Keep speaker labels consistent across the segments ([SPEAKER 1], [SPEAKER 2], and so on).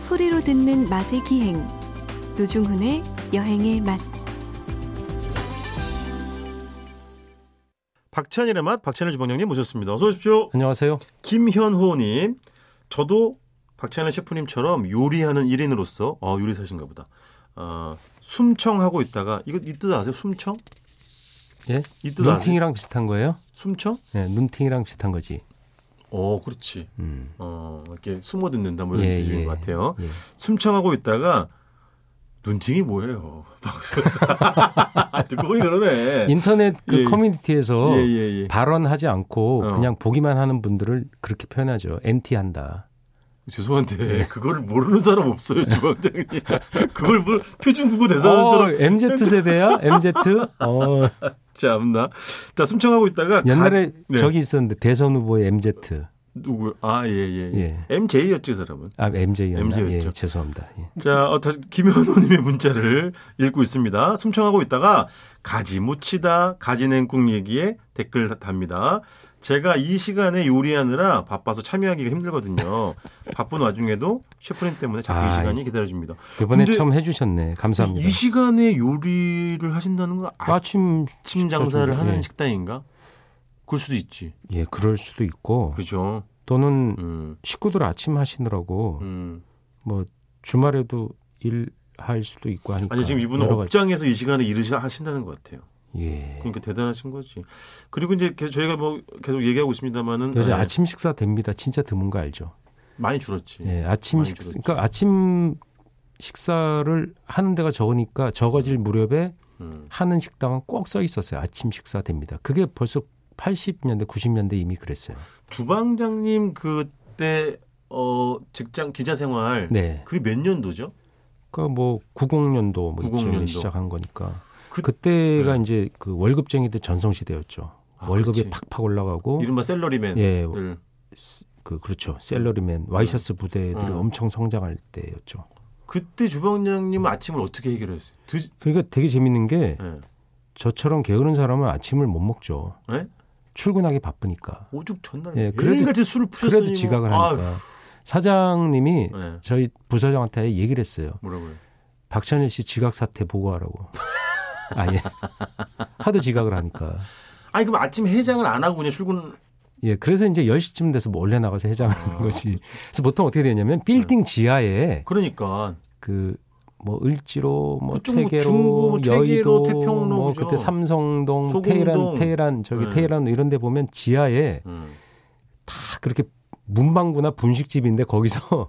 [SPEAKER 1] 소리로 듣는 맛의 기행 노중훈의 여행의 맛
[SPEAKER 2] 박찬일의 맛 박찬일 주방장님 모셨습니다. 어서 오십시오.
[SPEAKER 3] 안녕하세요.
[SPEAKER 2] 김현호님, 저도 박찬일 셰프님처럼 요리하는 1인으로서 어, 요리사신가 보다. 어, 숨청하고 있다가 이거 이 뜻 아세요? 숨청?
[SPEAKER 3] 예?
[SPEAKER 2] 이 뜻 아세요?
[SPEAKER 3] 눈팅이랑 비슷한 거예요?
[SPEAKER 2] 숨청?
[SPEAKER 3] 예, 눈팅이랑 비슷한 거지.
[SPEAKER 2] 어, 그렇지.
[SPEAKER 3] 음.
[SPEAKER 2] 어, 이렇게 숨어 듣는다 뭐 이런 뜻인 것 같아요.
[SPEAKER 3] 예.
[SPEAKER 2] 숨청하고 있다가 눈팅이 뭐예요? 아, 듣고 보니 그러네.
[SPEAKER 3] 인터넷 그
[SPEAKER 2] 예, 예.
[SPEAKER 3] 커뮤니티에서
[SPEAKER 2] 예, 예, 예.
[SPEAKER 3] 발언하지 않고
[SPEAKER 2] 어.
[SPEAKER 3] 그냥 보기만 하는 분들을 그렇게 표현하죠. 엔티한다.
[SPEAKER 2] 죄송한데 그걸 모르는 사람 없어요 주방장님. 그걸 뭘 표준국어 대사처럼
[SPEAKER 3] MZ 세대야? MZ? 어,
[SPEAKER 2] 참나. 자 숨청하고 있다가 아, 가-
[SPEAKER 3] 옛날에
[SPEAKER 2] 네.
[SPEAKER 3] 저기 있었는데 대선 후보의 MZ.
[SPEAKER 2] 누구 아예예 예,
[SPEAKER 3] 예.
[SPEAKER 2] MJ였지 그 사람은.
[SPEAKER 3] 아, MJ였나?
[SPEAKER 2] MZ였죠.
[SPEAKER 3] 예, 죄송합니다. 예.
[SPEAKER 2] 자 어, 다시 김현호님의 문자를 읽고 있습니다. 숨청하고 있다가 가지 무치다 가지냉국 얘기에 댓글 답니다. 제가 이 시간에 요리하느라 바빠서 참여하기가 힘들거든요. 바쁜 와중에도 셰프님 때문에 자꾸 이
[SPEAKER 3] 아,
[SPEAKER 2] 시간이 기다려집니다.
[SPEAKER 3] 이번에
[SPEAKER 2] 근데
[SPEAKER 3] 처음 해주셨네. 감사합니다.
[SPEAKER 2] 이 시간에 요리를 하신다는 건 아,
[SPEAKER 3] 마침
[SPEAKER 2] 침 장사를
[SPEAKER 3] 식사
[SPEAKER 2] 하는
[SPEAKER 3] 예.
[SPEAKER 2] 식당인가? 그럴 수도 있지.
[SPEAKER 3] 예, 그럴 수도 있고
[SPEAKER 2] 그죠.
[SPEAKER 3] 또는
[SPEAKER 2] 음,
[SPEAKER 3] 식구들 아침 하시느라고
[SPEAKER 2] 음.
[SPEAKER 3] 뭐 주말에도 일할 수도 있고 하니까
[SPEAKER 2] 아니 지금 이분은
[SPEAKER 3] 여러 가지-
[SPEAKER 2] 업장에서 이 시간에 일을 시- 하신다는 것 같아요.
[SPEAKER 3] 예
[SPEAKER 2] 그러니까 대단하신 거지. 그리고 이제 계속 저희가 뭐 계속 얘기하고 있습니다만은
[SPEAKER 3] 요새 아침 식사 됩니다 진짜 드문 거 알죠
[SPEAKER 2] 많이 줄었지.
[SPEAKER 3] 예
[SPEAKER 2] 네.
[SPEAKER 3] 아침
[SPEAKER 2] 많이
[SPEAKER 3] 식
[SPEAKER 2] 줄었죠.
[SPEAKER 3] 그러니까 아침 식사를 하는 데가 적으니까
[SPEAKER 2] 네.
[SPEAKER 3] 적어질 무렵에
[SPEAKER 2] 음.
[SPEAKER 3] 하는 식당은 꼭 써 있었어요 아침 식사 됩니다 그게 벌써 80년대 90년대 이미 그랬어요
[SPEAKER 2] 주방장님 그때 어 직장 기자 생활
[SPEAKER 3] 네
[SPEAKER 2] 그게 몇 년도죠?
[SPEAKER 3] 그러니까 뭐 90년도 뭐
[SPEAKER 2] 90년도.
[SPEAKER 3] 이쯤에 시작한 거니까
[SPEAKER 2] 그-
[SPEAKER 3] 그, 때가
[SPEAKER 2] 네.
[SPEAKER 3] 이제 그 월급쟁이들 전성시대였죠
[SPEAKER 2] 아,
[SPEAKER 3] 월급이
[SPEAKER 2] 그렇지.
[SPEAKER 3] 팍팍 올라가고
[SPEAKER 2] 이른바 셀러리맨들.
[SPEAKER 3] 예, 그 그렇죠. 셀러리맨 와이셔츠 부대들이
[SPEAKER 2] 음.
[SPEAKER 3] 엄청 성장할 때였죠.
[SPEAKER 2] 그때 주방장님은 아침을 어떻게 해결했어요? 드...
[SPEAKER 3] 그러니까 되게 재밌는 게
[SPEAKER 2] 예.
[SPEAKER 3] 저처럼 게으른 사람은 아침을 못 먹죠.
[SPEAKER 2] 예?
[SPEAKER 3] 출근하기 바쁘니까.
[SPEAKER 2] 오죽 전날
[SPEAKER 3] 예,
[SPEAKER 2] 에
[SPEAKER 3] 그래도-
[SPEAKER 2] 매일같이 술을 푸셨으니
[SPEAKER 3] 그래도
[SPEAKER 2] 뭐.
[SPEAKER 3] 지각을
[SPEAKER 2] 아휴,
[SPEAKER 3] 하니까 사장님이
[SPEAKER 2] 예.
[SPEAKER 3] 저희 부서장한테 얘기를 했어요.
[SPEAKER 2] 뭐라고요?
[SPEAKER 3] 박찬일 씨 지각 사태 보고하라고. 아 예. 하도 지각을 하니까.
[SPEAKER 2] 아니 그럼 아침 해장을 안 하고 그냥 출근
[SPEAKER 3] 예. 그래서 이제 10시쯤 돼서 몰래 나가서 해장하는
[SPEAKER 2] 아.
[SPEAKER 3] 거지. 그래서 보통 어떻게 되냐면 빌딩 지하에
[SPEAKER 2] 그러니까
[SPEAKER 3] 그 뭐 을지로 뭐
[SPEAKER 2] 그쪽 뭐
[SPEAKER 3] 퇴계로
[SPEAKER 2] 중구, 뭐 퇴계로,
[SPEAKER 3] 여의도
[SPEAKER 2] 태평로,
[SPEAKER 3] 뭐
[SPEAKER 2] 그죠?
[SPEAKER 3] 그때 삼성동 뭐
[SPEAKER 2] 소공동.
[SPEAKER 3] 테헤란 테헤란 저기
[SPEAKER 2] 네.
[SPEAKER 3] 테헤란 이런 데 보면 지하에
[SPEAKER 2] 음.
[SPEAKER 3] 다 그렇게 문방구나 분식집인데 거기서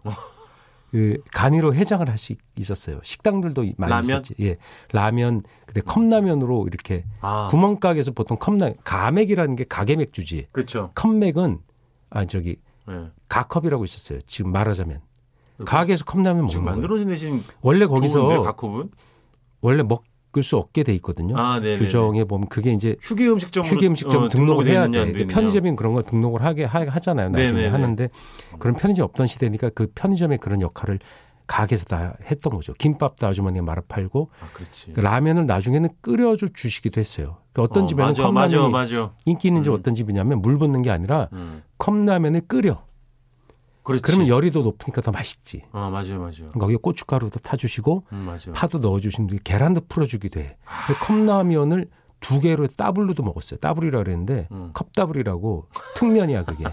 [SPEAKER 3] 그 간이로 해장을 할 수 있었어요. 식당들도 이- 많이
[SPEAKER 2] 라면?
[SPEAKER 3] 있었지. 예. 라면 그때 컵라면으로 이렇게
[SPEAKER 2] 아
[SPEAKER 3] 구멍가게에서 보통 컵라 가맥이라는 게 가게 맥주지.
[SPEAKER 2] 그렇죠.
[SPEAKER 3] 컵맥은 아 저기
[SPEAKER 2] 예.
[SPEAKER 3] 가컵이라고 있었어요. 지금 말하자면 가게에서 컵라면 먹는
[SPEAKER 2] 그 지금
[SPEAKER 3] 거예요.
[SPEAKER 2] 만들어진 대신
[SPEAKER 3] 원래 거기서
[SPEAKER 2] 좋은데요, 가컵은
[SPEAKER 3] 원래 먹을 수 없게 돼 있거든요.
[SPEAKER 2] 아, 네,
[SPEAKER 3] 규정에 보면 그게 이제
[SPEAKER 2] 휴게 음식점으로
[SPEAKER 3] 휴게 음식점
[SPEAKER 2] 어,
[SPEAKER 3] 등록을
[SPEAKER 2] 등록이
[SPEAKER 3] 해야
[SPEAKER 2] 되느냐,
[SPEAKER 3] 돼.
[SPEAKER 2] 안
[SPEAKER 3] 이게
[SPEAKER 2] 되느냐.
[SPEAKER 3] 편의점인 그런 거 등록을 하게 하, 하잖아요. 나중에
[SPEAKER 2] 네네네.
[SPEAKER 3] 하는데 그런 편의점 없던 시대니까 그 편의점의 그런 역할을 가게에서 다 했던 거죠. 김밥도 아주머니가 말아 팔고
[SPEAKER 2] 아, 그렇지.
[SPEAKER 3] 그 라면을 나중에는 끓여줘 주시기도 했어요. 그 어떤
[SPEAKER 2] 어,
[SPEAKER 3] 집에는
[SPEAKER 2] 맞아,
[SPEAKER 3] 컵라면이
[SPEAKER 2] 맞아, 맞아.
[SPEAKER 3] 인기 있는 집
[SPEAKER 2] 음.
[SPEAKER 3] 어떤 집이냐면 물 붓는 게 아니라
[SPEAKER 2] 음.
[SPEAKER 3] 컵라면을 끓여.
[SPEAKER 2] 그렇지.
[SPEAKER 3] 그러면 열이도 높으니까 더 맛있지.
[SPEAKER 2] 아, 맞아요, 맞아요.
[SPEAKER 3] 거기에 고춧가루도 타주시고
[SPEAKER 2] 음, 맞아요.
[SPEAKER 3] 파도 넣어주시면 돼. 계란도 풀어주기도 해. 그 컵라면을 두 개로 따블로도 먹었어요. 따블이라 그랬는데
[SPEAKER 2] 음.
[SPEAKER 3] 컵따블이라고 특면이야 그게.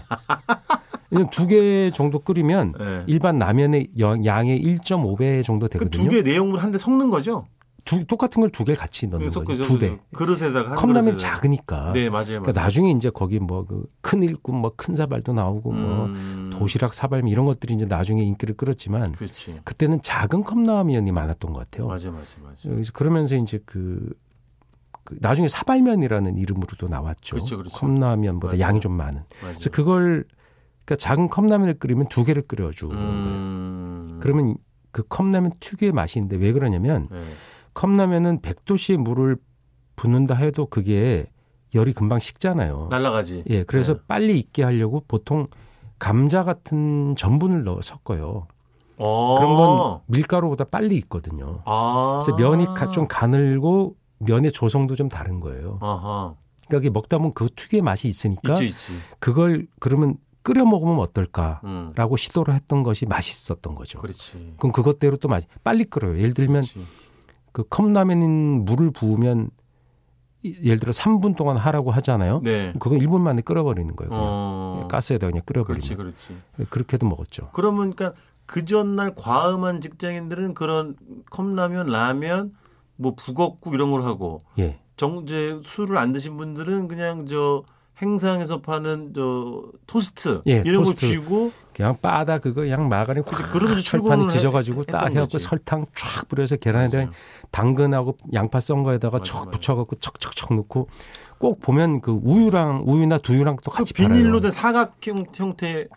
[SPEAKER 3] 두 개 정도 끓이면
[SPEAKER 2] 예.
[SPEAKER 3] 일반 라면의 여- 양의 1.5배 정도 되거든요.
[SPEAKER 2] 그두개 내용물 한 대 섞는 거죠?
[SPEAKER 3] 두- 똑같은 걸 두 개 같이 넣는
[SPEAKER 2] 섞-
[SPEAKER 3] 거죠.
[SPEAKER 2] 저-
[SPEAKER 3] 두 배.
[SPEAKER 2] 그릇에다가 한
[SPEAKER 3] 컵라면이
[SPEAKER 2] 그릇에다가.
[SPEAKER 3] 작으니까.
[SPEAKER 2] 네, 맞아요, 맞아요.
[SPEAKER 3] 그러니까 나중에 이제 거기 뭐 큰 일꾼, 뭐 큰 사발도 나오고 뭐
[SPEAKER 2] 음,
[SPEAKER 3] 도시락 사발미 뭐 이런 것들이 이제 나중에 인기를 끌었지만
[SPEAKER 2] 그렇지.
[SPEAKER 3] 그때는 작은 컵라면이 많았던 것 같아요. 음,
[SPEAKER 2] 맞아, 맞아, 맞아.
[SPEAKER 3] 그래서 그러면서 이제 그, 그 나중에 사발면이라는 이름으로도 나왔죠.
[SPEAKER 2] 그렇죠, 그렇죠.
[SPEAKER 3] 컵라면보다
[SPEAKER 2] 맞아요. 음.
[SPEAKER 3] 양이 좀 많은.
[SPEAKER 2] 맞아.
[SPEAKER 3] 그래서 그걸 그러니까 작은 컵라면을 끓이면 두 개를 끓여주는 거예요.
[SPEAKER 2] 음.
[SPEAKER 3] 그러면 그 컵라면 특유의 맛이 있는데 왜 그러냐면
[SPEAKER 2] 네.
[SPEAKER 3] 컵라면은 100도씨의 물을 붓는다 해도 그게 열이 금방 식잖아요.
[SPEAKER 2] 날라가지.
[SPEAKER 3] 예, 그래서
[SPEAKER 2] 네.
[SPEAKER 3] 빨리 익게 하려고 보통 감자 같은 전분을 넣어 섞어요.
[SPEAKER 2] 어.
[SPEAKER 3] 그런 건 밀가루보다 빨리 익거든요.
[SPEAKER 2] 아.
[SPEAKER 3] 뭐 그래서 면이 가- 좀 가늘고 면의 조성도 좀
[SPEAKER 2] 어.
[SPEAKER 3] 다른 거예요.
[SPEAKER 2] 아하.
[SPEAKER 3] 그러니까 이게 먹다 보면 그 특유의 맛이 있으니까
[SPEAKER 2] 있지 있지.
[SPEAKER 3] 그걸 그러면 끓여 먹으면 어떨까라고
[SPEAKER 2] 음.
[SPEAKER 3] 시도를 했던 것이 맛있었던 거죠.
[SPEAKER 2] 그렇지.
[SPEAKER 3] 그럼 그것대로 또 맛, 빨리 끓어요. 예를 들면
[SPEAKER 2] 그렇지.
[SPEAKER 3] 그 컵라면인 물을 부으면 이- 예를 들어 3분 동안 하라고 하잖아요.
[SPEAKER 2] 네.
[SPEAKER 3] 그건 1분 만에 끓여버리는 거예요. 그냥.
[SPEAKER 2] 어.
[SPEAKER 3] 가스에다 그냥
[SPEAKER 2] 그렇지,
[SPEAKER 3] 끓여버리면 예,
[SPEAKER 2] 그렇지.
[SPEAKER 3] 그렇게도 먹었죠.
[SPEAKER 2] 그러면 그러니까 그 전날 과음한 직장인들은 그런 컵라면, 라면, 뭐 북엇국 이런 걸 하고
[SPEAKER 3] 예,
[SPEAKER 2] 정제 술을 안 드신 분들은 그냥 저 행상에서 파는 저 토스트
[SPEAKER 3] 예,
[SPEAKER 2] 이런 걸
[SPEAKER 3] 토스트.
[SPEAKER 2] 쥐고
[SPEAKER 3] 그냥 빠다 그거 양마가린
[SPEAKER 2] 아, 그치, 그러면서 출근을
[SPEAKER 3] 철판이
[SPEAKER 2] 해-
[SPEAKER 3] 지져가지고
[SPEAKER 2] 했던
[SPEAKER 3] 딱 해갖고
[SPEAKER 2] 거지.
[SPEAKER 3] 설탕 쫙 뿌려서 계란에다
[SPEAKER 2] 맞아요.
[SPEAKER 3] 당근하고 양파 썬 거에다가
[SPEAKER 2] 맞아,
[SPEAKER 3] 척
[SPEAKER 2] 맞아.
[SPEAKER 3] 붙여갖고 척척척 넣고 꼭 보면 그 우유랑 우유나 두유랑 또
[SPEAKER 2] 그
[SPEAKER 3] 같이
[SPEAKER 2] 비닐로
[SPEAKER 3] 팔아요. 아,
[SPEAKER 2] 된 사각 형- 형태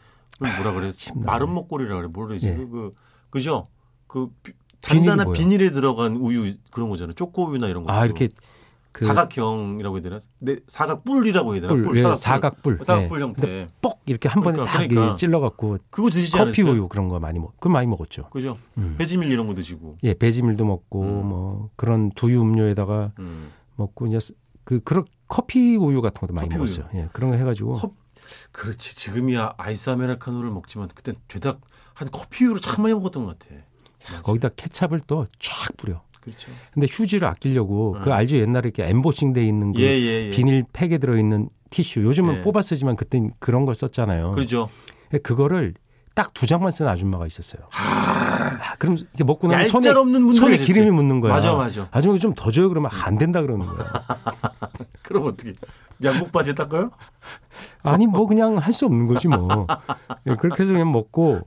[SPEAKER 2] 뭐라 그랬지?
[SPEAKER 3] 참 나네.
[SPEAKER 2] 마른 목걸이라 그래. 뭐라 그러지?
[SPEAKER 3] 예.
[SPEAKER 2] 그 그죠? 그 비-
[SPEAKER 3] 비닐이
[SPEAKER 2] 단단한
[SPEAKER 3] 뭐야?
[SPEAKER 2] 비닐에 들어간 우유 그런 거잖아요. 초코우유나 이런 거.
[SPEAKER 3] 아 이렇게 그
[SPEAKER 2] 사각형이라고 해야 되나? 네, 사각뿔이라고 해야 되나?
[SPEAKER 3] 뿔, 예, 사각뿔,
[SPEAKER 2] 사각뿔
[SPEAKER 3] 예.
[SPEAKER 2] 형태.
[SPEAKER 3] 뻑 이렇게 한 번에
[SPEAKER 2] 그러니까,
[SPEAKER 3] 딱
[SPEAKER 2] 그러니까.
[SPEAKER 3] 예, 찔러갖고
[SPEAKER 2] 그거 드시지
[SPEAKER 3] 커피
[SPEAKER 2] 않았어요?
[SPEAKER 3] 우유 그런 거 많이 먹, 그 많이 먹었죠.
[SPEAKER 2] 그죠?
[SPEAKER 3] 음.
[SPEAKER 2] 배지밀 이런 거 드시고.
[SPEAKER 3] 예, 배지밀도 먹고
[SPEAKER 2] 음.
[SPEAKER 3] 뭐 그런 두유 음료에다가
[SPEAKER 2] 음.
[SPEAKER 3] 먹고 이제 그 그런 커피 우유 같은 것도 많이
[SPEAKER 2] 커피 우유.
[SPEAKER 3] 먹었어요. 예, 그런 거 해가지고
[SPEAKER 2] 커- 그렇지. 지금이야 아이스 아메리카노를 먹지만 그땐 죄다 한 커피우로 참 많이 먹었던 것 같아. 맞아.
[SPEAKER 3] 거기다 케찹을 또 쫙 뿌려.
[SPEAKER 2] 그렇죠.
[SPEAKER 3] 근데 휴지를 아끼려고
[SPEAKER 2] 음.
[SPEAKER 3] 그 알죠 옛날에 이렇게 엠보싱 돼 있는 그
[SPEAKER 2] 예, 예, 예.
[SPEAKER 3] 비닐 팩에 들어있는 티슈 요즘은
[SPEAKER 2] 예.
[SPEAKER 3] 뽑아 쓰지만 그땐 그런 걸 썼잖아요.
[SPEAKER 2] 그렇죠.
[SPEAKER 3] 그거를 딱 두 장만 쓴 아줌마가 있었어요. 아, 그럼 이게 먹고 나면 손에
[SPEAKER 2] 얄짤없는 분들
[SPEAKER 3] 손에 기름이 묻는 거야.
[SPEAKER 2] 맞아, 맞아.
[SPEAKER 3] 아줌마 이거 좀 더 줘요 그러면 안 된다 그러는 거야.
[SPEAKER 2] 그럼 어떻게? 양복 바지 닦아요?
[SPEAKER 3] 아니 뭐 그냥 할 수 없는 거지 뭐. 예, 그렇게 해서 그냥 먹고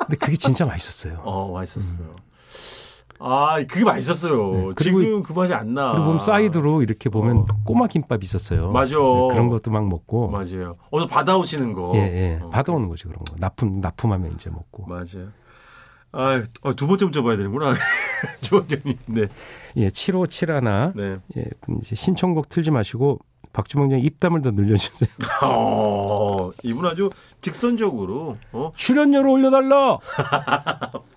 [SPEAKER 3] 근데 그게 진짜 맛있었어요.
[SPEAKER 2] 어, 맛있었어요. 아, 그게 맛있었어요.
[SPEAKER 3] 네, 그리고
[SPEAKER 2] 지금 그 맛이 안 나.
[SPEAKER 3] 그리고 보면 사이드로 이렇게 보면
[SPEAKER 2] 어.
[SPEAKER 3] 꼬마 김밥 있었어요. 예,
[SPEAKER 2] 맞아.
[SPEAKER 3] 그런 것도 막 먹고.
[SPEAKER 2] 맞아요. 어서 받아오시는 거.
[SPEAKER 3] 예, 예.
[SPEAKER 2] 어,
[SPEAKER 3] 받아오는 거죠 그런 거. 납품 납품하면 이제 먹고.
[SPEAKER 2] 맞아요. 아, 어, 두 번째 문자 봐야 되는구나. 주원장님. 네.
[SPEAKER 3] 예, 7571
[SPEAKER 2] 네.
[SPEAKER 3] 예, 그럼 이제 신청곡 틀지 마시고 박주방장 입담을 더 늘려주세요.
[SPEAKER 2] 어, 이분 아주 직선적으로 어?
[SPEAKER 3] 출연료를 올려달라.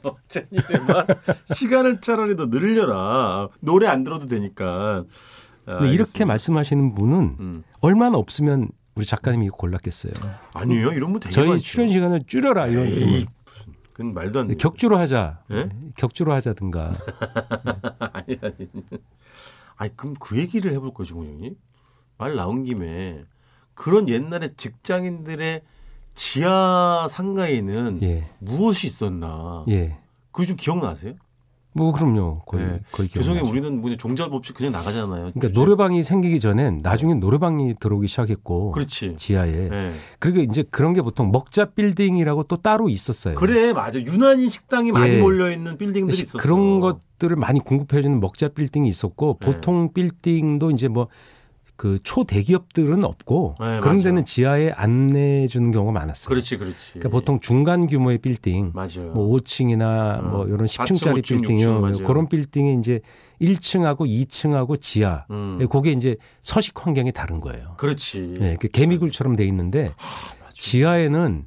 [SPEAKER 2] 어쩐이래만 시간을 차라리 더 늘려라. 노래 안 들어도 되니까. 아,
[SPEAKER 3] 근데 네, 이렇게
[SPEAKER 2] 알겠습니다.
[SPEAKER 3] 말씀하시는 분은
[SPEAKER 2] 음.
[SPEAKER 3] 얼마나 없으면 우리 작가님이 이거 골랐겠어요.
[SPEAKER 2] 아니에요. 이런 분 되게
[SPEAKER 3] 저희
[SPEAKER 2] 많죠.
[SPEAKER 3] 출연 시간을 줄여라 이런
[SPEAKER 2] 에이
[SPEAKER 3] 느낌으로. 네,
[SPEAKER 2] 무슨 그건 말도 안 돼.
[SPEAKER 3] 격주로 하자. 네,
[SPEAKER 2] 예?
[SPEAKER 3] 격주로 하자든가.
[SPEAKER 2] 아니 아니. 아니 그럼 그 얘기를 해볼 거죠, 공장님. 말 나온 김에 그런 옛날에 직장인들의 지하 상가에는
[SPEAKER 3] 예.
[SPEAKER 2] 무엇이 있었나?
[SPEAKER 3] 예.
[SPEAKER 2] 그게 좀 기억나세요?
[SPEAKER 3] 뭐 그럼요. 거의
[SPEAKER 2] 예.
[SPEAKER 3] 거의 기억나죠.
[SPEAKER 2] 죄송해 우리는 뭐 종잡 없이 그냥 나가잖아요.
[SPEAKER 3] 그러니까 노래방이 생기기 전엔 나중에 노래방이 들어오기 시작했고
[SPEAKER 2] 어. 그렇지.
[SPEAKER 3] 지하에.
[SPEAKER 2] 그렇죠. 예.
[SPEAKER 3] 그리고 이제 그런 게 보통 먹자 빌딩이라고 또 따로 있었어요.
[SPEAKER 2] 그래 맞아 유난히 식당이 많이
[SPEAKER 3] 예.
[SPEAKER 2] 몰려 있는 빌딩들이
[SPEAKER 3] 시-
[SPEAKER 2] 있었어.
[SPEAKER 3] 그런 것들을 많이 공급해주는 먹자 빌딩이 있었고
[SPEAKER 2] 네.
[SPEAKER 3] 보통 빌딩도 이제 뭐 그 초대기업들은 없고
[SPEAKER 2] 네,
[SPEAKER 3] 그런
[SPEAKER 2] 맞아요.
[SPEAKER 3] 데는 지하에 안내해 주는 경우가 많았어요.
[SPEAKER 2] 그렇지 그렇지.
[SPEAKER 3] 그러니까 보통 중간 규모의 빌딩,
[SPEAKER 2] 맞아요.
[SPEAKER 3] 뭐 5층이나
[SPEAKER 2] 음.
[SPEAKER 3] 뭐 이런
[SPEAKER 2] 4층,
[SPEAKER 3] 10층짜리
[SPEAKER 2] 5층,
[SPEAKER 3] 빌딩이요,
[SPEAKER 2] 6층, 맞아요.
[SPEAKER 3] 그런 빌딩에 이제 1층하고 2층하고 지하,
[SPEAKER 2] 음.
[SPEAKER 3] 예, 그게 이제 서식 환경이 다른 거예요.
[SPEAKER 2] 그렇지.
[SPEAKER 3] 예, 그 개미굴처럼 돼 있는데
[SPEAKER 2] 맞아.
[SPEAKER 3] 지하에는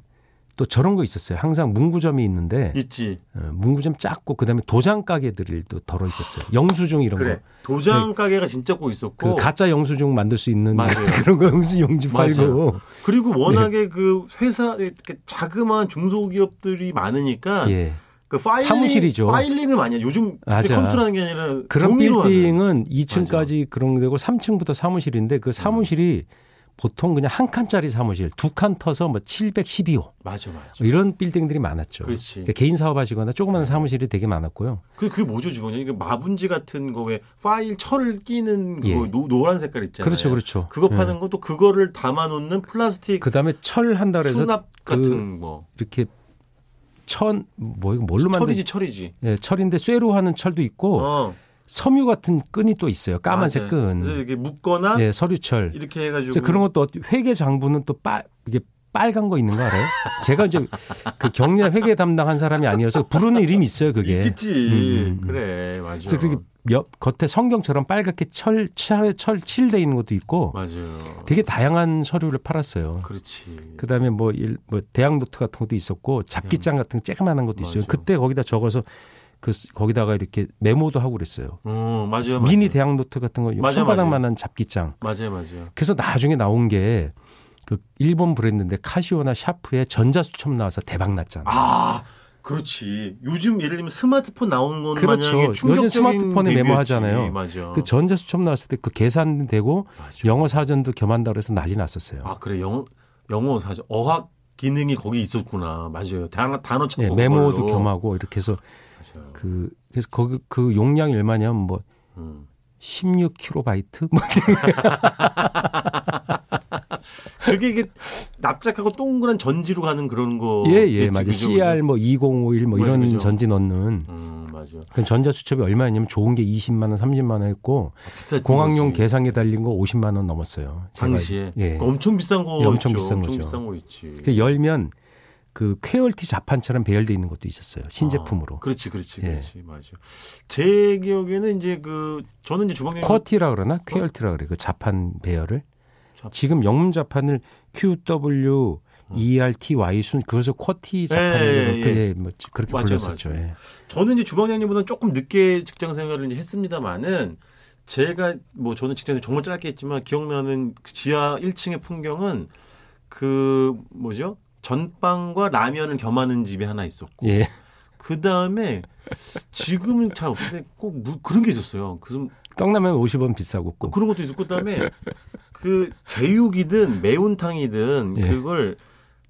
[SPEAKER 3] 또 저런 거 있었어요. 항상 문구점이 있는데
[SPEAKER 2] 있지.
[SPEAKER 3] 어, 문구점 작고 그다음에 도장 가게들이 또 덜어 있었어요. 영수증 이런
[SPEAKER 2] 그래
[SPEAKER 3] 거.
[SPEAKER 2] 도장 가게가 진짜 꼭 있었고
[SPEAKER 3] 그 가짜 영수증 만들 수 있는
[SPEAKER 2] 맞아요.
[SPEAKER 3] 그런 거 영수 용지
[SPEAKER 2] 맞아요.
[SPEAKER 3] 팔고.
[SPEAKER 2] 그리고 워낙에 그 회사 이렇게 자그마한 중소기업들이 많으니까
[SPEAKER 3] 예.
[SPEAKER 2] 그 파일링
[SPEAKER 3] 사무실이죠.
[SPEAKER 2] 파일링을 많이 해. 요즘
[SPEAKER 3] 맞아.
[SPEAKER 2] 그때 컴퓨터라는 게 아니라
[SPEAKER 3] 그런
[SPEAKER 2] 종이로 하는.
[SPEAKER 3] 빌딩은 2층까지 그런 데고 3층부터 사무실인데 그 사무실이 보통 그냥 한 칸짜리 사무실, 두 칸 터서 뭐 712호
[SPEAKER 2] 맞아 맞아.
[SPEAKER 3] 이런 빌딩들이 많았죠.
[SPEAKER 2] 그렇지. 네.
[SPEAKER 3] 그러니까 개인 사업하시거나 조그마한 사무실이 되게 많았고요.
[SPEAKER 2] 그 그게 뭐죠 주방장님? 그 마분지 같은 거에 파일 철을 끼는 그
[SPEAKER 3] 예.
[SPEAKER 2] 노, 노란 색깔 있잖아요.
[SPEAKER 3] 그렇죠, 그렇죠.
[SPEAKER 2] 네. 그거 파는 것도 그거를 담아놓는 플라스틱
[SPEAKER 3] 그 다음에 철 한다 그래서
[SPEAKER 2] 수납
[SPEAKER 3] 그
[SPEAKER 2] 같은 뭐
[SPEAKER 3] 이렇게 천, 뭐, 이거 뭘로 만든
[SPEAKER 2] 철이지 철이지.
[SPEAKER 3] 예, 철인데 쇠로 하는 철도 있고
[SPEAKER 2] 어,
[SPEAKER 3] 섬유 같은 끈이 또 있어요. 까만색
[SPEAKER 2] 맞아요. 네. 그래서
[SPEAKER 3] 끈.
[SPEAKER 2] 이렇게 묶거나
[SPEAKER 3] 예, 서류철.
[SPEAKER 2] 이렇게 해가지고
[SPEAKER 3] 그래서 그런 것도 어떻게- 회계 장부는 또 빨, 이게 빨간 거 있는 거 알아요? 제가 이제 그 경례 회계 담당한 사람이 아니어서 부르는 이름이 있어요, 그게.
[SPEAKER 2] 있겠지.
[SPEAKER 3] 음, 음, 음.
[SPEAKER 2] 그래 맞아.
[SPEAKER 3] 그래서 그렇게 옆, 겉에 성경처럼 빨갛게 철, 철, 철 칠돼 있는 것도 있고
[SPEAKER 2] 맞아요.
[SPEAKER 3] 되게 다양한 서류를 팔았어요.
[SPEAKER 2] 그렇지.
[SPEAKER 3] 그 다음에 뭐, 일, 뭐, 대학 노트 같은 것도 있었고 잡기장 같은 쬐그만한 것도 있어요.
[SPEAKER 2] 음. 맞아.
[SPEAKER 3] 그때 거기다 적어서 그, 거기다가 이렇게 메모도 하고 그랬어요.
[SPEAKER 2] 어 맞아요.
[SPEAKER 3] 미니
[SPEAKER 2] 맞아요.
[SPEAKER 3] 대학 노트 같은 거
[SPEAKER 2] 맞아요,
[SPEAKER 3] 손바닥만한 잡기장.
[SPEAKER 2] 맞아요 맞아요.
[SPEAKER 3] 그래서 나중에 나온 게 그 일본 브랜드인데 카시오나 샤프의 전자수첩 나와서 대박 났잖아요.
[SPEAKER 2] 아, 그렇지. 요즘 예를 들면 스마트폰 나오는 것만
[SPEAKER 3] 그렇죠.
[SPEAKER 2] 그렇죠. 충격적인
[SPEAKER 3] 요즘 스마트폰에
[SPEAKER 2] 리뷰였지.
[SPEAKER 3] 메모하잖아요.
[SPEAKER 2] 맞아.
[SPEAKER 3] 그 전자수첩 나왔을 때 그 계산되고
[SPEAKER 2] 맞아.
[SPEAKER 3] 영어 사전도 겸한다 그래서 난리 났었어요.
[SPEAKER 2] 아, 그래. 영어 영어 사실 어학 기능이 거기 있었구나. 맞아요. 단어 단어 찾고
[SPEAKER 3] 예, 메모도
[SPEAKER 2] 그걸로.
[SPEAKER 3] 겸하고 이렇게 해서
[SPEAKER 2] 맞아요.
[SPEAKER 3] 그 그래서 거기 그 용량이 얼마냐면 뭐
[SPEAKER 2] 음.
[SPEAKER 3] 16kB 뭐
[SPEAKER 2] 그게 이게 납작하고 동그란 전지로 가는 그런 거.
[SPEAKER 3] 예, 예,
[SPEAKER 2] 있지,
[SPEAKER 3] 맞아요.
[SPEAKER 2] 어, 그죠,
[SPEAKER 3] CR
[SPEAKER 2] 그죠?
[SPEAKER 3] 뭐 2051 뭐
[SPEAKER 2] 맞아,
[SPEAKER 3] 이런
[SPEAKER 2] 그죠.
[SPEAKER 3] 전지 넣는
[SPEAKER 2] 음, 맞아.
[SPEAKER 3] 그 전자 수첩이 얼마였냐면 좋은 게 20만 원, 30만 원 했고
[SPEAKER 2] 아, 비싸.
[SPEAKER 3] 공항용 계상에 달린 거 50만 원 넘었어요. 제가.
[SPEAKER 2] 당시에
[SPEAKER 3] 예.
[SPEAKER 2] 그거 엄청 비싼 거
[SPEAKER 3] 엄청
[SPEAKER 2] 있죠.
[SPEAKER 3] 비싼
[SPEAKER 2] 엄청
[SPEAKER 3] 거죠.
[SPEAKER 2] 비싼 거 있지.
[SPEAKER 3] 그 열면 그 쾌얼티 자판처럼 배열돼 있는 것도 있었어요. 신제품으로.
[SPEAKER 2] 아, 그렇지, 그렇지,
[SPEAKER 3] 예.
[SPEAKER 2] 그렇지, 맞아. 제 기억에는 이제 그 저는 이제 주방장님
[SPEAKER 3] 쿼티라 그러나 쾌얼티라 그래. 그 자판 배열을
[SPEAKER 2] 자판. 음.
[SPEAKER 3] 지금 영문 자판을 E QW ERTY 순 그래서 쿼티 자판으로
[SPEAKER 2] 예, 예,
[SPEAKER 3] 그-
[SPEAKER 2] 예.
[SPEAKER 3] 예, 뭐 그렇게
[SPEAKER 2] 맞아요,
[SPEAKER 3] 불렸었죠.
[SPEAKER 2] 맞아요.
[SPEAKER 3] 예.
[SPEAKER 2] 저는 이제 주방장님보다 는 조금 늦게 직장 생활을 이제 했습니다만은 제가 뭐 저는 직장에서 정말 짧게 했지만 기억나는 그 지하 1층의 풍경은 그 뭐죠 전빵과 라면을 겸하는 집이 하나 있었고
[SPEAKER 3] 예.
[SPEAKER 2] 그 다음에 지금은 잘 없는데 꼭 무- 그런 게 있었어요. 그래서
[SPEAKER 3] 떡라면 50원 비싸고 꼭.
[SPEAKER 2] 그런 것도 있었고 그다음에 그 제육이든 매운탕이든
[SPEAKER 3] 예.
[SPEAKER 2] 그걸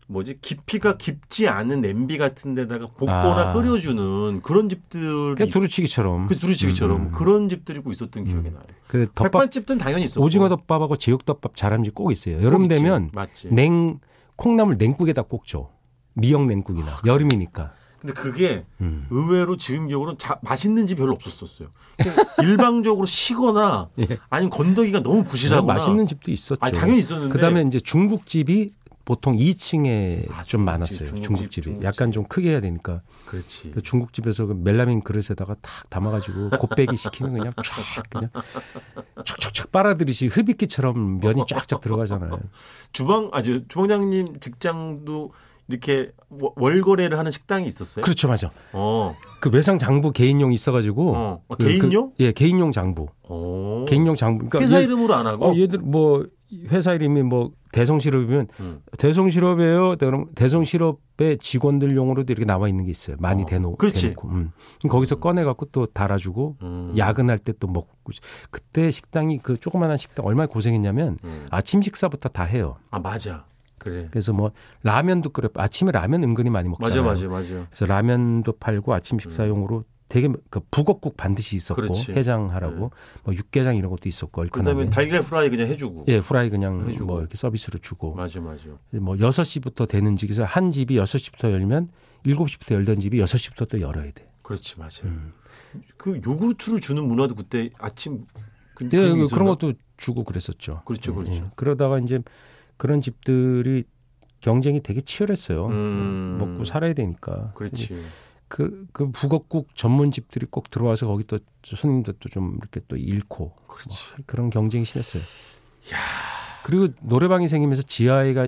[SPEAKER 2] 뭐지 깊이가 깊지 않은 냄비 같은 데다가 볶거나
[SPEAKER 3] 아.
[SPEAKER 2] 끓여주는 그런 집들이
[SPEAKER 3] 그러니까 두루치기처럼.
[SPEAKER 2] 그 두루치기처럼
[SPEAKER 3] 음.
[SPEAKER 2] 그런 집들이 꼭 있었던 기억이
[SPEAKER 3] 음.
[SPEAKER 2] 나요.
[SPEAKER 3] 그 덮밥
[SPEAKER 2] 백반집들은 당연히 있었고
[SPEAKER 3] 오징어 덮밥하고 제육 덮밥 자람쥐 꼭 있어요. 여름
[SPEAKER 2] 있지. 네.
[SPEAKER 3] 되면 네.
[SPEAKER 2] 맞지.
[SPEAKER 3] 냉 콩나물 냉국에다 꼭 줘. 미역 냉국이나
[SPEAKER 2] 아,
[SPEAKER 3] 여름이니까.
[SPEAKER 2] 근데 그게
[SPEAKER 3] 음.
[SPEAKER 2] 의외로 지금 기억으로는 자- 맛있는 집 별로 없었었어요. 그냥 일방적으로 시거나
[SPEAKER 3] 예. 네,
[SPEAKER 2] 아니면 건더기가 너무 부실하거나
[SPEAKER 3] 맛있는 집도 있었죠.
[SPEAKER 2] 아 당연히 있었는데
[SPEAKER 3] 그다음에 이제 중국집이 보통 2층에
[SPEAKER 2] 아, 중국집,
[SPEAKER 3] 좀 많았어요.
[SPEAKER 2] 중국집,
[SPEAKER 3] 중국집, 이
[SPEAKER 2] 중국집.
[SPEAKER 3] 약간 좀 크게 해야 되니까
[SPEAKER 2] 그렇지.
[SPEAKER 3] 그 중국집에서 그 멜라민 그릇에다가 탁 담아가지고 곱빼기 시키면 그냥 쫙 그냥 촉촉촉 빨아들이시 흡입기처럼 면이 쫙쫙 들어가잖아요.
[SPEAKER 2] 주방 아주 주방장님 직장도 이렇게 워- 월거래를 하는 식당이 있었어요.
[SPEAKER 3] 그렇죠, 맞아.
[SPEAKER 2] 어,
[SPEAKER 3] 그 외상 장부 개인용 있어가지고
[SPEAKER 2] 어. 아,
[SPEAKER 3] 그-
[SPEAKER 2] 개인용?
[SPEAKER 3] 그- 예, 개인용 장부.
[SPEAKER 2] 어.
[SPEAKER 3] 개인용 장부. 그러니까
[SPEAKER 2] 회사
[SPEAKER 3] 얘-
[SPEAKER 2] 이름으로 안 하고.
[SPEAKER 3] 어, 얘들 뭐 회사 이름이 뭐 대성실업이면
[SPEAKER 2] 음.
[SPEAKER 3] 대성실업이에요. 그럼 대성실업의 직원들용으로도 이렇게 나와 있는 게 있어요. 많이
[SPEAKER 2] 어,
[SPEAKER 3] 대놓,
[SPEAKER 2] 그렇지.
[SPEAKER 3] 대놓고. 음. 그럼 거기서 꺼내 갖고 또 달아주고
[SPEAKER 2] 음.
[SPEAKER 3] 야근할 때 또 먹고 그때 식당이 그 조그마한 식당 얼마나 고생했냐면
[SPEAKER 2] 음.
[SPEAKER 3] 아침 식사부터 다 해요.
[SPEAKER 2] 아 맞아. 그래.
[SPEAKER 3] 그래서 뭐 라면도 끓여 아침에 라면 은근히 많이
[SPEAKER 2] 맞아
[SPEAKER 3] 그, 먹잖아요.
[SPEAKER 2] 맞아 맞아.
[SPEAKER 3] 그래서 라면도 팔고 아침 식사용으로 되게 그 북엇국 반드시
[SPEAKER 2] 음.
[SPEAKER 3] 있었고
[SPEAKER 2] 그렇지. 네.
[SPEAKER 3] 해장하라고 뭐 육개장 이런 것도 있었고 얼큰하게.
[SPEAKER 2] 그다음에 달걀 프라이 그냥 해주고.
[SPEAKER 3] 예, 후라이 그냥
[SPEAKER 2] 해주고.
[SPEAKER 3] 뭐 이렇게 서비스로 주고
[SPEAKER 2] 맞아 맞아.
[SPEAKER 3] 뭐 6시부터 되는 집에서한 집이 6시부터 열면 7시부터 열던 집이 6시부터 또 열어야 돼.
[SPEAKER 2] 그렇지 맞아. 요그
[SPEAKER 3] 음.
[SPEAKER 2] 요구르트를 주는 문화도 그때 아침 그, 그런
[SPEAKER 3] 예,
[SPEAKER 2] 게
[SPEAKER 3] 그런
[SPEAKER 2] 있었나?
[SPEAKER 3] 것도 주고 그랬었죠.
[SPEAKER 2] 그렇죠 그렇죠.
[SPEAKER 3] 예, 그러다가 이제 그런 집들이 경쟁이 되게 치열했어요.
[SPEAKER 2] 음.
[SPEAKER 3] 먹고 살아야 되니까.
[SPEAKER 2] 그렇지.
[SPEAKER 3] 그, 그 북엇국 전문집들이 꼭 들어와서 거기 또 손님들도 좀 이렇게 또 잃고
[SPEAKER 2] 그렇지.
[SPEAKER 3] 그런 경쟁이 심했어요. 그리고 노래방이 생기면서 지하에가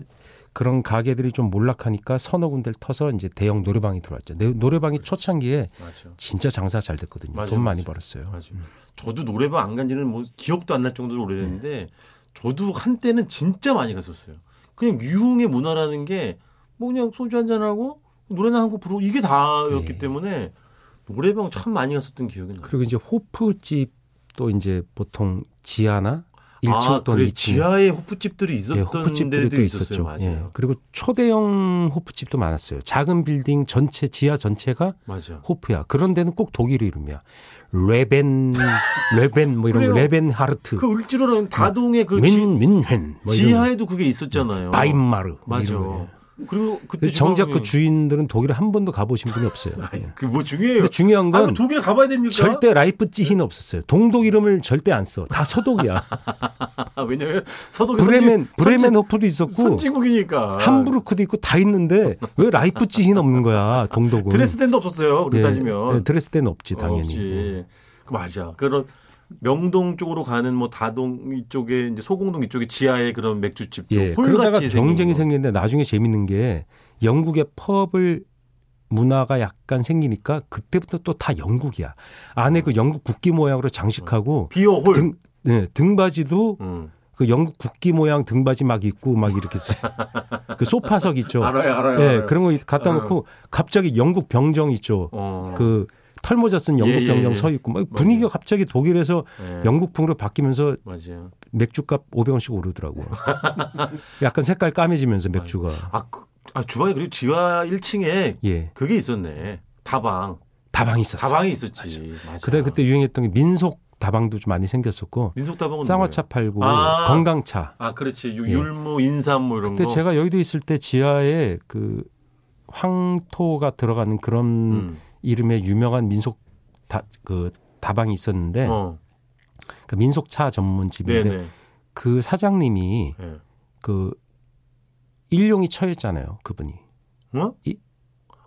[SPEAKER 3] 그런 가게들이 좀 몰락하니까 서너 군데를 터서 이제 대형 노래방이 들어왔죠. 네, 노래방이 초창기에
[SPEAKER 2] 맞아.
[SPEAKER 3] 진짜 장사 잘
[SPEAKER 2] 그렇죠.
[SPEAKER 3] 됐거든요.
[SPEAKER 2] 맞아요,
[SPEAKER 3] 돈 많이
[SPEAKER 2] 맞아요.
[SPEAKER 3] 벌었어요.
[SPEAKER 2] 맞아. 요 저도 노래방 안 간지는 뭐 기억도 안 날 정도로 오래됐는데
[SPEAKER 3] 네.
[SPEAKER 2] 저도 한때는 진짜 많이 갔었어요. 그냥 유흥의 문화라는 게 뭐 그냥 소주 한잔 하고 노래나 한 곡 부르고 이게 다였기
[SPEAKER 3] 예.
[SPEAKER 2] 때문에 노래방 참 많이 갔었던 기억이 나요.
[SPEAKER 3] 그리고 이제 호프집도 이제 보통 지하나 1층
[SPEAKER 2] 아,
[SPEAKER 3] 또는
[SPEAKER 2] 그래
[SPEAKER 3] 2층
[SPEAKER 2] 지하에 호프집들이 있었던
[SPEAKER 3] 예, 호프집들이 또
[SPEAKER 2] 데도 있었어요.
[SPEAKER 3] 있었죠.
[SPEAKER 2] 맞아요.
[SPEAKER 3] 예, 그리고 초대형 호프집도 많았어요. 작은 빌딩 전체 지하 전체가
[SPEAKER 2] 맞아.
[SPEAKER 3] 호프야. 그런 데는 꼭 독일 이름이야. 레벤 레벤 뭐 이런 거,
[SPEAKER 2] 그래요.
[SPEAKER 3] 레벤 하르트.
[SPEAKER 2] 그 을지로는 다동의 그 지,
[SPEAKER 3] 민 민헨 뭐 이런
[SPEAKER 2] 지하에도 그게 있었잖아요.
[SPEAKER 3] 거. 바이마르 뭐
[SPEAKER 2] 맞아.
[SPEAKER 3] 이런 거.
[SPEAKER 2] 그리고 그때
[SPEAKER 3] 근데 정작 그
[SPEAKER 2] 주방장님-
[SPEAKER 3] 주인들은 독일을 한 번도 가보신 분이 없어요. 예.
[SPEAKER 2] 아이, 그뭐 중요해요.
[SPEAKER 3] 근데 중요한
[SPEAKER 2] 아,
[SPEAKER 3] 건
[SPEAKER 2] 그럼 독일 가봐야 됩니까?
[SPEAKER 3] 절대 라이프찌히는 없었어요. 동독 이름을 절대 안 써. 다 서독이야.
[SPEAKER 2] 아, 왜냐면 서독이
[SPEAKER 3] 브레멘
[SPEAKER 2] 선진-
[SPEAKER 3] 브레멘 호프도 있었고
[SPEAKER 2] 선진- 선진국이니까
[SPEAKER 3] 함부르크도 있고 다 있는데 왜 라이프찌히는 없는 거야. 동독은.
[SPEAKER 2] 드레스덴도 없었어요. 그렇게
[SPEAKER 3] 예,
[SPEAKER 2] 따지면
[SPEAKER 3] 예, 드레스덴 없지 당연히.
[SPEAKER 2] 없이. 그 맞아. 그런 명동 쪽으로 가는 뭐 다동 이쪽에 이제 소공동 이쪽에 지하에 그런 맥주집
[SPEAKER 3] 예,
[SPEAKER 2] 홀
[SPEAKER 3] 그러다가
[SPEAKER 2] 같이
[SPEAKER 3] 경쟁이 생기는데 나중에 재밌는 게 영국의 펍을 문화가 약간 생기니까 그때부터 또 다 영국이야. 안에 그 영국 국기 모양으로 장식하고
[SPEAKER 2] 비어 홀.
[SPEAKER 3] 등, 예, 등바지도
[SPEAKER 2] 음.
[SPEAKER 3] 그 영국 국기 모양 등받이 막 입고 막 이렇게 그 소파석 있죠.
[SPEAKER 2] 알아요, 알아요.
[SPEAKER 3] 예,
[SPEAKER 2] 알아요.
[SPEAKER 3] 그런 거 갖다 놓고 갑자기 영국 병정 있죠.
[SPEAKER 2] 어.
[SPEAKER 3] 그 털모자 쓴 영국
[SPEAKER 2] 예, 예,
[SPEAKER 3] 병정
[SPEAKER 2] 예.
[SPEAKER 3] 서 있고 막 분위기가 갑자기 독일에서
[SPEAKER 2] 예.
[SPEAKER 3] 영국풍으로 바뀌면서
[SPEAKER 2] 맞아요.
[SPEAKER 3] 맥주값 500원씩 오르더라고요. 약간 색깔 까매지면서 맥주가
[SPEAKER 2] 아, 그, 아 주방에 그리고 지하 1층에
[SPEAKER 3] 예
[SPEAKER 2] 그게 있었네. 다방.
[SPEAKER 3] 다방 있었어요.
[SPEAKER 2] 다방이 있었지. 맞아.
[SPEAKER 3] 그때 그때 유행했던 게 민속 다방도 좀 많이 생겼었고
[SPEAKER 2] 민속 다방은
[SPEAKER 3] 쌍화차
[SPEAKER 2] 뭐예요?
[SPEAKER 3] 팔고
[SPEAKER 2] 어, 아.
[SPEAKER 3] 건강차.
[SPEAKER 2] 아, 그렇지. 요
[SPEAKER 3] 예.
[SPEAKER 2] 율무, 인삼 뭐 이런
[SPEAKER 3] 그때
[SPEAKER 2] 거.
[SPEAKER 3] 제가 여의도 있을 때 지하에 그 황토가 들어가는 그런
[SPEAKER 2] 음.
[SPEAKER 3] 이름의 유명한 민속 다, 그 다방이 있었는데
[SPEAKER 2] 어.
[SPEAKER 3] 그 민속차 전문집인데
[SPEAKER 2] 네네.
[SPEAKER 3] 그 사장님이
[SPEAKER 2] 예.
[SPEAKER 3] 그 일용이 처했잖아요 그분이
[SPEAKER 2] 어?
[SPEAKER 3] 이-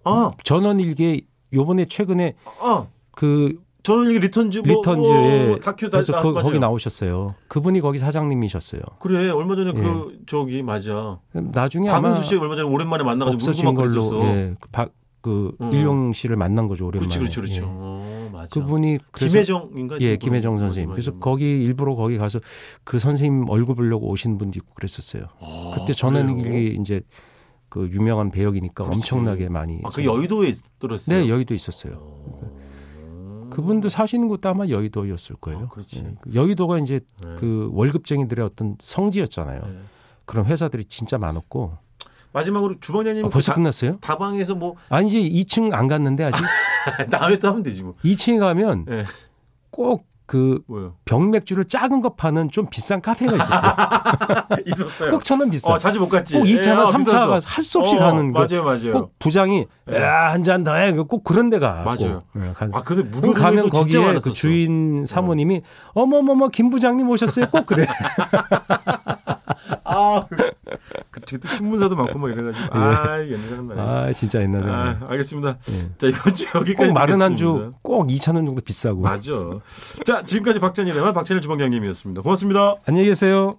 [SPEAKER 2] 아,
[SPEAKER 3] 전원 일개 요번에 최근에
[SPEAKER 2] 아,
[SPEAKER 3] 그
[SPEAKER 2] 저는 이게 리턴즈 뭐,
[SPEAKER 3] 리턴즈에
[SPEAKER 2] 뭐 다큐 다,
[SPEAKER 3] 그래서
[SPEAKER 2] 나,
[SPEAKER 3] 거,
[SPEAKER 2] 맞아요.
[SPEAKER 3] 거기 나오셨어요 그분이 거기 사장님이셨어요
[SPEAKER 2] 그래 얼마 전에
[SPEAKER 3] 예.
[SPEAKER 2] 그 저기 맞아
[SPEAKER 3] 나중에 아마
[SPEAKER 2] 박은수 씨 얼마 전에 오랜만에 만나가지고
[SPEAKER 3] 없어진
[SPEAKER 2] 물고 막
[SPEAKER 3] 걸로
[SPEAKER 2] 그랬었어.
[SPEAKER 3] 예, 그, 박- 그
[SPEAKER 2] 어.
[SPEAKER 3] 일용 씨를 만난 거죠 오랜만에
[SPEAKER 2] 그렇지 그렇지 그렇죠.
[SPEAKER 3] 예.
[SPEAKER 2] 어, 맞아.
[SPEAKER 3] 그분이 그래서
[SPEAKER 2] 김혜정인가?
[SPEAKER 3] 예, 김혜정 선생님. 그래서 거기 일부러 거기 가서 그 선생님 얼굴 보려고 오신 분도 있고 그랬었어요.
[SPEAKER 2] 아,
[SPEAKER 3] 그때 저는
[SPEAKER 2] 이
[SPEAKER 3] 이게 이제 그 유명한 배역이니까
[SPEAKER 2] 그렇지.
[SPEAKER 3] 엄청나게 많이.
[SPEAKER 2] 아, 그 여의도에 있- 들었어요.
[SPEAKER 3] 네, 여의도 있었어요.
[SPEAKER 2] 어.
[SPEAKER 3] 그분도 사시는 곳도 아마 여의도였을 거예요.
[SPEAKER 2] 아, 그렇지.
[SPEAKER 3] 예. 여의도가 이제
[SPEAKER 2] 네.
[SPEAKER 3] 그 월급쟁이들의 어떤 성지였잖아요.
[SPEAKER 2] 네.
[SPEAKER 3] 그런 회사들이 진짜 많았고.
[SPEAKER 2] 마지막으로 주방장님 그
[SPEAKER 3] 아, 벌써
[SPEAKER 2] 다-
[SPEAKER 3] 끝났어요?
[SPEAKER 2] 다방에서 뭐
[SPEAKER 3] 아니 이제 2층 안 갔는데 아직
[SPEAKER 2] 다음에 또 하면 되지 뭐.
[SPEAKER 3] 2층에 가면
[SPEAKER 2] 네.
[SPEAKER 3] 꼭 그
[SPEAKER 2] 뭐요?
[SPEAKER 3] 병맥주를 작은 거 파는 좀 비싼 카페가 있었어요.
[SPEAKER 2] 있었어요.
[SPEAKER 3] 꼭 천원 비싸.
[SPEAKER 2] 어, 자주 못 갔지.
[SPEAKER 3] 꼭 2차나
[SPEAKER 2] 예, 아,
[SPEAKER 3] 3차
[SPEAKER 2] 비싸서.
[SPEAKER 3] 가서 할 수 없이
[SPEAKER 2] 어,
[SPEAKER 3] 가는 거.
[SPEAKER 2] 맞아요, 맞아요.
[SPEAKER 3] 꼭 부장이 야, 한 잔 더 해. 꼭 그런 데가.
[SPEAKER 2] 맞아요. 아, 근데 무료
[SPEAKER 3] 그 가면
[SPEAKER 2] 공연도 진짜
[SPEAKER 3] 거기에
[SPEAKER 2] 많았었어.
[SPEAKER 3] 그 주인 사모님이 어머머머 김 부장님 오셨어요. 꼭 그래.
[SPEAKER 2] 아, 그때 또 신문사도 많고 막 이래가지고 아, 옛날 생각나네. 아,
[SPEAKER 3] 네. 아 진짜 옛날 생각.
[SPEAKER 2] 아, 알겠습니다.
[SPEAKER 3] 예.
[SPEAKER 2] 자 이번 주 여기까지
[SPEAKER 3] 꼭 마른
[SPEAKER 2] 듣겠습니다.
[SPEAKER 3] 안주 꼭 2천 원 정도 비싸고.
[SPEAKER 2] 맞아. 자 지금까지 박찬일의 맛 박찬일 주방장님이었습니다. 고맙습니다.
[SPEAKER 3] 안녕히 계세요.